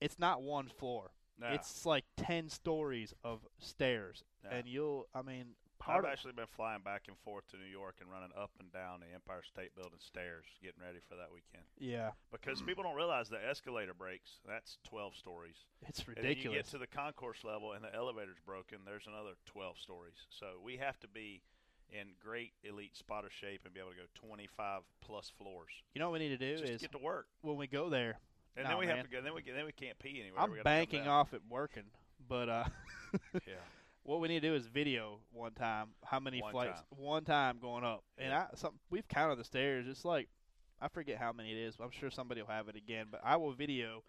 S2: it's not one floor.
S5: No,
S2: It's like ten stories of stairs,
S5: no.
S2: and you'll. I mean, part
S5: I've
S2: of
S5: actually been flying back and forth to New York and running up and down the Empire State Building stairs, getting ready for that weekend.
S2: yeah,
S5: Because people don't realize the escalator breaks. That's twelve stories.
S2: it's
S5: And then you get
S2: ridiculous.
S5: to the concourse level and the elevator's broken. There's another twelve stories. So we have to be in great elite spotter shape and be able to go twenty five plus floors
S2: You know what we need to do
S5: just to
S2: is
S5: get to work.
S2: when we go there.
S5: And
S2: Nah,
S5: then we
S2: man.
S5: have to go. Then we can, then we can't pee anywhere.
S2: I'm
S5: We gotta come
S2: banking
S5: down.
S2: off it working, but uh,
S5: Yeah.
S2: what we need to do is video one time how many
S5: One
S2: flights
S5: time.
S2: one time going up, and I some we've counted the stairs. It's like I forget how many it is. But I'm sure somebody will have it again, but I will video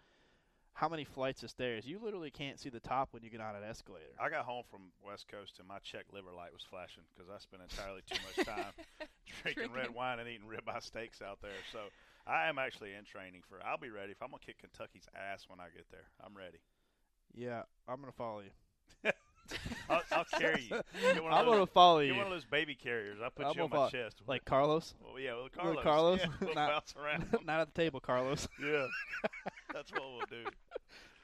S2: how many flights of stairs. You literally can't see the top when you get on an escalator.
S5: I got home from West Coast and my check liver light was flashing because I spent entirely too much time drinking red
S6: Drinking.
S5: wine and eating ribeye steaks out there. So I am actually in training for. I'll be ready if I'm gonna kick Kentucky's ass when I get there. I'm ready.
S2: yeah, I'm gonna follow you.
S5: I'll, I'll carry you. Get one of
S2: I'm
S5: those-
S2: gonna follow
S5: get
S2: you.
S5: one of those baby carriers. I'll put
S2: I'm
S5: you on
S2: gonna
S5: my
S2: fo-
S5: chest.
S2: like Carlos.
S5: well, yeah, well, Carlos.
S2: little Carlos?
S5: Yeah, we'll
S2: Not-
S5: bounce around.
S2: not at the table, Carlos.
S5: yeah, that's what we'll do.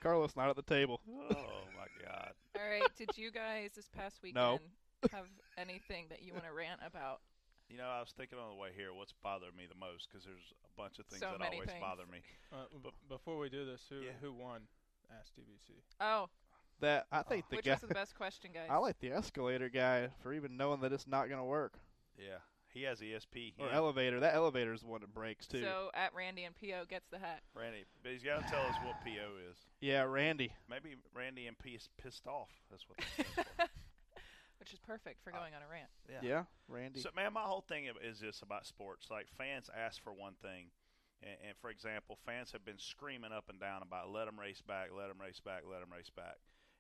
S2: Carlos not at the table.
S5: Oh my God.
S6: All right. Did you guys this past
S2: No.
S6: weekend have anything that you want to rant about?
S5: You know, I was thinking on the way here, what's bothered me the most? Because there's a bunch of things
S6: So
S5: that
S6: many
S5: always
S6: things.
S5: bother me.
S7: Uh, b- before we do this, who
S5: Yeah.
S7: who won? Ask TBC.
S6: Oh,
S2: That I think the
S6: which
S2: guy.
S6: was the best question, guys?
S2: I like the escalator guy for even knowing that it's not gonna work.
S5: Yeah, He has ESP.
S2: Or
S5: him,
S2: elevator. That elevator is the one that breaks too.
S6: So at Randy and PO gets the hat.
S5: Randy, but he's got to tell us what PO is.
S2: yeah, Randy.
S5: Maybe Randy and P is pissed off. That's what. That stands for.
S6: Which is perfect
S2: Uh,
S6: for going on a rant.
S2: Yeah, Randy.
S5: So, man, my whole thing ab- is this about sports. Like, fans ask for one thing. And, and for example, fans have been screaming up and down about let them race back, let them race back, let them race back.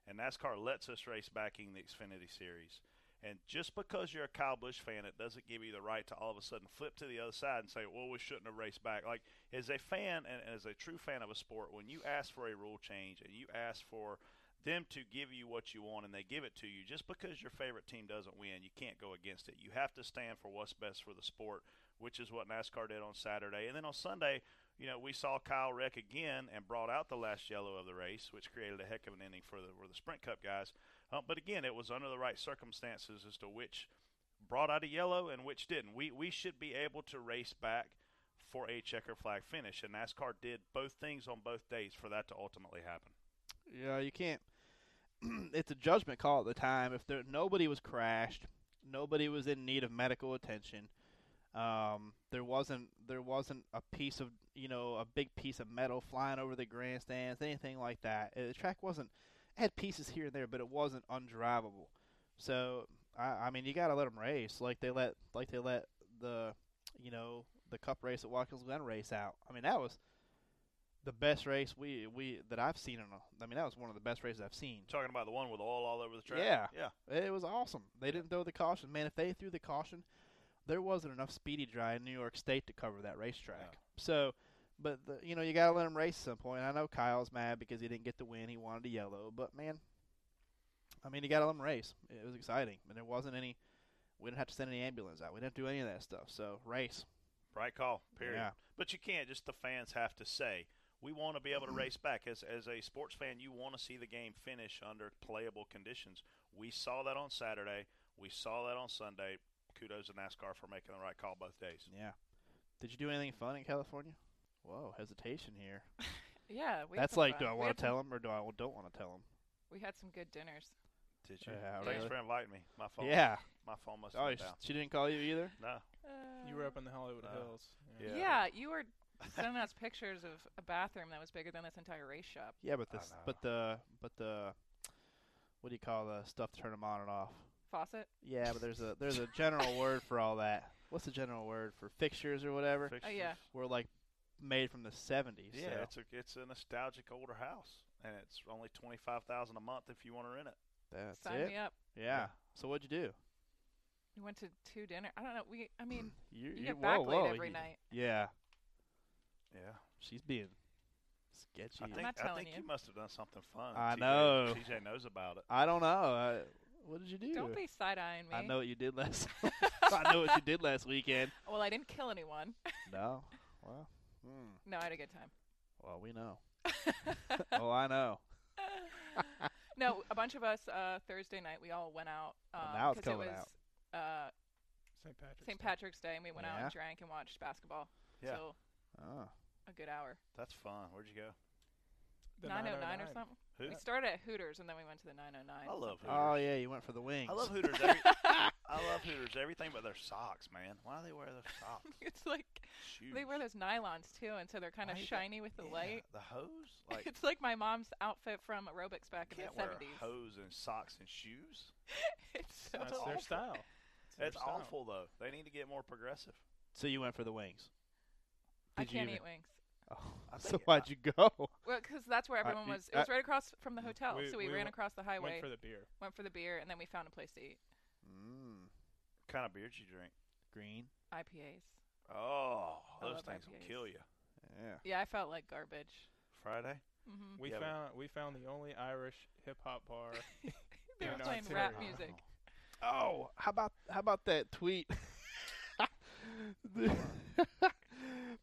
S5: And NASCAR lets us race backing the Xfinity Series. And just because you're a Kyle Busch fan, it doesn't give you the right to all of a sudden flip to the other side and say, well, we shouldn't have raced back. Like, as a fan and and as a true fan of a sport, when you ask for a rule change and you ask for them to give you what you want and they give it to you just because your favorite team doesn't win you can't go against it you have to stand for what's best for the sport which is what nascar did on saturday and then on sunday you know we saw kyle wreck again and brought out the last yellow of the race which created a heck of an ending for the, for the sprint cup guys uh, but again it was under the right circumstances as to which brought out a yellow and which didn't we, we should be able to race back for a checker flag finish and nascar did both things on both days for that to ultimately happen
S2: Yeah, you can't. it's a judgment call at the time. If there nobody was crashed, nobody was in need of medical attention. Um, there wasn't there wasn't a piece of you know a big piece of metal flying over the grandstands, anything like that. Uh, The track wasn't it had pieces here and there, but it wasn't undrivable. So I, I mean, you got to let them race like they let like they let the you know the Cup race at Watkins Glen race out. I mean, that was the best race we we that I've seen in a. I mean, that was one of the best races I've seen.
S5: Talking about the one with oil all over the track.
S2: Yeah.
S5: yeah.
S2: It was awesome. They didn't throw the caution. Man, if they threw the caution, there wasn't enough speedy dry in New York State to cover that racetrack. So, but the, you know you gotta let them race at some point. I know Kyle's mad because he didn't get the win. He wanted a yellow, but man, I mean you gotta let them race. It was exciting, and there wasn't any. We didn't have to send any ambulance out. We didn't do any of that stuff. So race.
S5: Right call. Period.
S2: Yeah.
S5: But you can't. Just the fans have to say we want to be able to race back. As as a sports fan, you want to see the game finish under playable conditions. We saw that on Saturday. We saw that on Sunday. Kudos to NASCAR for making the right call both days.
S2: Yeah. Did you do anything fun in California? Whoa, hesitation here.
S6: Yeah, we had
S2: That's
S6: some
S2: like, do
S6: fun.
S2: I
S6: We
S2: want
S6: had
S2: to
S6: some-
S2: tell him or do I don't want to tell him?
S6: We had some good dinners.
S5: Did you?
S2: Yeah,
S5: Thanks
S2: really.
S5: for inviting me. My phone.
S2: Yeah.
S5: My phone must
S2: Oh,
S5: have been
S2: sh-
S5: down.
S2: she didn't call you either.
S5: No.
S6: Uh,
S7: You were up in the Hollywood
S5: Uh,
S7: Hills.
S5: yeah.
S6: Yeah. you were sending us pictures of a bathroom that was bigger than this entire race shop.
S2: Yeah, but the
S5: I
S2: s-
S5: know.
S2: but the but the what do you call the stuff to turn them on and off?
S6: Faucet.
S2: Yeah, but there's a there's a general word for all that. What's the general word for fixtures or whatever?
S6: Oh
S5: Fixtures.
S6: yeah,
S2: Were like made from the 70s.
S5: Yeah,
S2: so
S5: it's a it's a nostalgic older house, and it's only twenty five thousand a month if you want to rent it.
S2: that's
S6: sign
S2: it.
S6: me up.
S2: Yeah. So what'd you do?
S6: We went to two dinner. I don't know. We, I mean,
S2: You,
S6: you get
S2: whoa,
S6: backlit
S2: whoa,
S6: every
S2: you-
S6: night.
S2: Yeah,
S5: Yeah,
S2: she's being sketchy.
S5: I
S2: I,
S5: think
S6: not
S5: I
S6: telling
S5: think you.
S6: you.
S5: must have done something fun.
S2: I
S5: TJ
S2: know.
S5: TJ knows about it.
S2: don't know. I, what did you do?
S6: Don't be side eyeing me.
S2: I know what you did last. I know what you did last weekend.
S6: Well, I didn't kill anyone.
S2: No. Well. Hmm.
S6: No, I had a good time.
S2: Well, we know. oh, I know.
S6: no, a bunch of us uh, Thursday night we all went out
S2: Well,
S6: um,
S2: now it's
S6: 'cause it
S2: coming
S6: was uh,
S7: St. Patrick's.
S6: St.
S7: Day.
S6: Patrick's Day, and we went out
S2: Yeah.
S6: and drank and watched basketball.
S5: Yeah.
S6: So
S2: Oh.
S6: a good hour.
S5: That's fun. Where'd you go?
S7: The
S6: 909, or
S7: 909.
S6: something.
S5: Who?
S6: We started at Hooters and then we went to the 909.
S5: I love Hooters.
S2: Oh yeah, you went for the wings.
S5: I love Hooters. Every, I love Hooters. Everything but their socks, man. Why do they wear their socks?
S6: it's like
S5: Shoes.
S6: they wear those nylons too, and so they're kind of
S5: Why is that-
S6: shiny with the
S5: Yeah,
S6: light.
S5: The hose. Like
S6: it's like my mom's outfit from aerobics back
S5: you
S6: in the
S5: can't wear
S6: 70s.
S5: hose and socks and shoes.
S6: It's so
S7: That's
S5: awful.
S7: their style. It's their
S5: That's
S7: style.
S5: awful though. They need to get more progressive.
S2: So you went for the wings.
S6: I
S2: Did you
S6: can't
S2: even-
S6: eat wings.
S2: Oh,
S5: I
S2: so
S5: think-
S2: why'd you go?
S6: Well, because that's where
S2: I-
S6: everyone
S2: y-
S6: was. It was
S2: I-
S6: right across from the hotel,
S7: We-
S6: so we,
S7: we
S6: ran
S7: went-
S6: across the
S7: Went
S6: highway,
S7: for the beer.
S6: went for the beer, and then we found a place to eat.
S2: Mm,
S5: What kind of beers you drink?
S2: green.
S6: IPAs.
S5: Oh,
S6: I
S5: those
S6: love
S5: things will
S6: IPAs.
S5: kill you.
S2: Yeah.
S6: Yeah, I felt like garbage.
S5: Friday.
S6: hmm
S7: We
S5: Yeah, but-
S7: found we found the only Irish hip hop bar.
S6: They
S7: Yeah,
S6: were
S7: no,
S6: playing
S7: it's
S6: rap
S7: terrible.
S6: music.
S2: Oh, how about how about that tweet? The-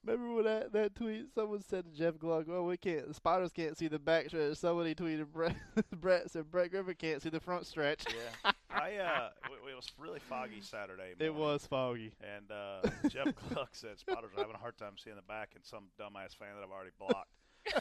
S2: Remember when that, that tweet someone said to Jeff Gluck, "Well, we can't the spotters can't see the back stretch." Somebody tweeted Brett, Brett said Brett Griffin can't see the front stretch.
S5: Yeah. I uh, w- it was really foggy Saturday. Morning.
S2: It was foggy.
S5: And uh, Jeff Gluck said spotters are having a hard time seeing the back, and some dumbass fan that I've already blocked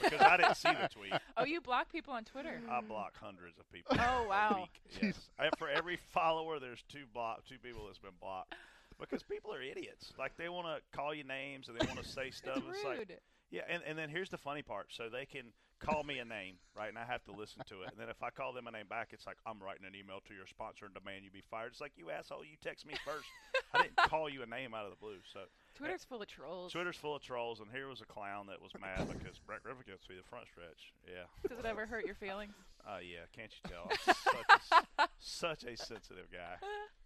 S5: because I didn't see the tweet.
S6: Oh, you block people on Twitter.
S5: I block hundreds of people.
S6: Oh,
S5: a
S6: wow.
S5: week. Yes, I, for every follower, there's two block two people that's been blocked. because people are idiots. Like they want to call you names and they want to say stuff.
S6: It's
S5: and it's like,
S6: rude.
S5: yeah, and, and then here's the funny part. So they can call me a name, right? And I have to listen to it. And then if I call them a name back, it's like, I'm writing an email to your sponsor and demand you be fired. It's like, you asshole, you text me first. I didn't call you a name out of the blue. So eh,
S6: Twitter's full of trolls.
S5: Twitter's full of trolls, and here was a clown that was mad because Brett Griffin gets me the front stretch. Yeah.
S6: Does it ever hurt your feelings?
S5: Uh, yeah, can't you tell? I'm such, a, such a sensitive guy.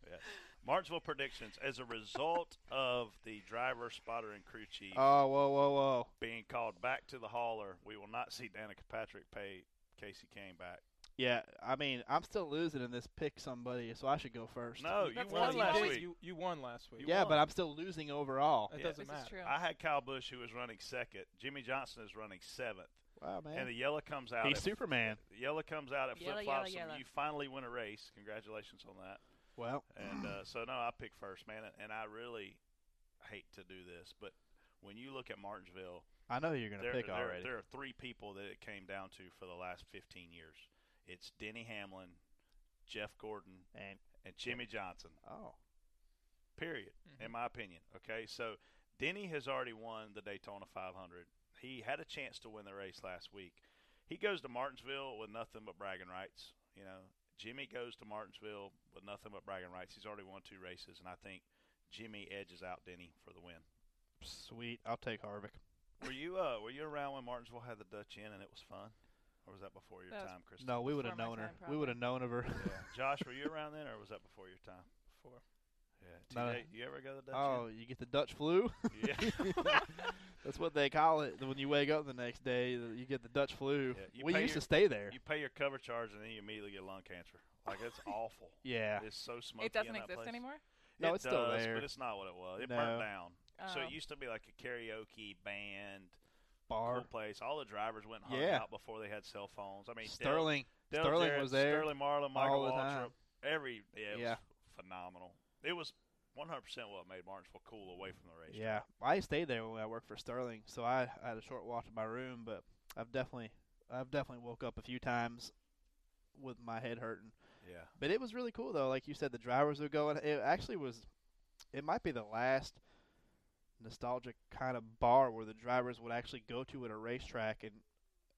S5: Yeah. Martinsville predictions as a result of the driver, spotter, and crew chief
S2: Oh, whoa, whoa, whoa.
S5: being called back to the hauler, we will not see Danica Patrick pay Casey Kane back.
S2: Yeah, I mean, I'm still losing in this pick somebody, so I should go first.
S5: No, you
S7: That's
S6: won
S7: what
S5: won
S7: you
S5: last
S7: did.
S5: week.
S7: You, you won last week.
S2: yeah, but I'm still losing overall.
S7: It
S5: Yeah.
S7: doesn't
S6: This
S7: matter.
S6: is true.
S5: I had Kyle Bush, who was running second. Jimmy Johnson is running seventh,
S2: Wow,
S5: and the
S2: man.
S5: yellow comes out.
S2: He's
S5: at-
S2: Superman.
S5: The yellow comes out at
S6: Yellow,
S5: flip flops,
S6: yellow,
S5: and
S6: yellow.
S5: you finally win a race. Congratulations on that.
S2: Well,
S5: And uh, so no, I picked first, man, and- and I really hate to do this, but when you look at Martinsville,
S2: I know you're going to
S5: there,
S2: pick
S5: there,
S2: already.
S5: there are three people that it came down to for the last 15 years. It's Denny Hamlin, Jeff Gordon,
S2: And
S5: and Jimmy Johnson.
S2: oh,
S5: Period,
S6: Mm-hmm.
S5: in my opinion. Okay, so Denny has already won the Daytona 500. He had a chance to win the race last week. He goes to Martinsville with nothing but bragging rights. You know, Jimmy goes to Martinsville with nothing but bragging rights. He's already won two races, and I think Jimmy edges out Denny for the win.
S2: sweet. I'll take Harvick.
S5: Were you uh were you around when Martinsville had the Dutch in and it was fun, or was that before your
S6: That was
S5: time, Chris?
S2: No, we would
S6: Before
S2: have
S6: my
S2: known her.
S6: time,
S2: We
S6: probably.
S2: would have known of her.
S5: Josh, were you around then, or was that before your time?
S7: Before.
S5: Yeah.
S2: No.
S5: TJ, you ever go to the Dutch
S2: oh, you get the Dutch flu?
S5: Inn? Yeah.
S2: That's what they call it when you wake up the next day. uh, You get the Dutch flu.
S5: Yeah, you
S2: we
S5: pay
S2: used
S5: your-
S2: to stay there.
S5: You pay your cover charge and then you immediately get lung cancer. Like it's awful.
S2: yeah.
S5: It's so smoky.
S6: It doesn't
S5: in that
S6: exist
S5: place.
S6: anymore.
S2: No,
S5: It
S2: it's still
S5: does,
S2: there.
S5: but it's not what it was. It
S2: No.
S5: burned down. So
S6: Oh.
S5: it used to be like a karaoke band,
S2: Bar.
S5: cool place. All the drivers went and hung
S2: Yeah.
S5: out before they had cell phones. I mean, Dale-
S2: Sterling.
S5: Dale
S2: Sterling
S5: Jarrett,
S2: was there
S5: Sterling Marlin, Michael
S2: all the
S5: Waltrip.
S2: time.
S5: Every yeah, it
S2: Yeah.
S5: was phenomenal. It was 100% what made Martinsville cool away from the race.
S2: Yeah, I stayed there when I worked for Sterling, so I, I had a short walk to my room. But I've definitely, I've definitely woke up a few times with my head hurting.
S5: Yeah.
S2: But it was really cool though. Like you said, the drivers were going. It actually was. It might be the last nostalgic kind of bar where the drivers would actually go to at a racetrack and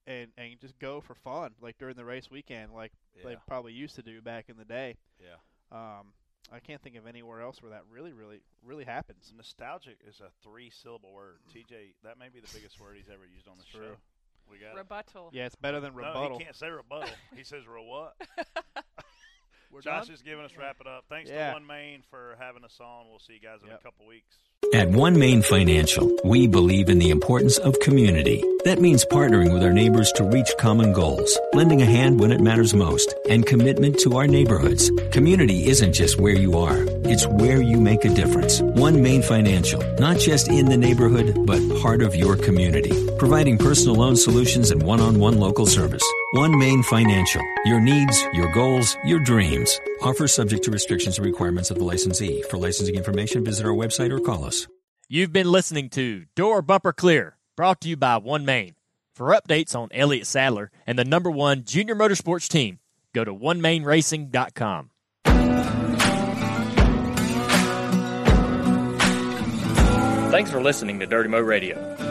S2: and and just go for fun, like during the race weekend, like
S5: Yeah.
S2: they probably used to do back in the day.
S5: yeah.
S2: Um, I can't think of anywhere else where that really, really, really happens.
S5: Nostalgic is a three syllable word. TJ, that may be the biggest word he's ever used on the
S2: It's
S5: show.
S2: true.
S5: We got it.
S6: Rebuttal.
S2: Yeah, it's better than
S5: No,
S2: rebuttal.
S5: he can't say rebuttal. he says re what?
S2: We're
S5: Josh
S2: done?
S5: is giving us wrap it up. Thanks
S2: Yeah.
S5: to One Main for having us on. We'll see you guys in
S2: Yep.
S5: a couple weeks.
S8: At OneMain Financial, we believe in the importance of community. That means partnering with our neighbors to reach common goals, lending a hand when it matters most, and commitment to our neighborhoods. Community isn't just where you are, it's where you make a difference. OneMain Financial, not just in the neighborhood, but part of your community. Providing personal loan solutions and one-on-one local service. OneMain Financial, your needs, your goals, your dreams. Offer subject to restrictions and requirements of the licensee. For licensing information, visit our website or call us.
S3: You've been listening to Door Bumper Clear, brought to you by One Main. For updates on Elliott Sadler and the number one junior motorsports team, go to onemainracing.com. Thanks for listening to Dirty Mo Radio.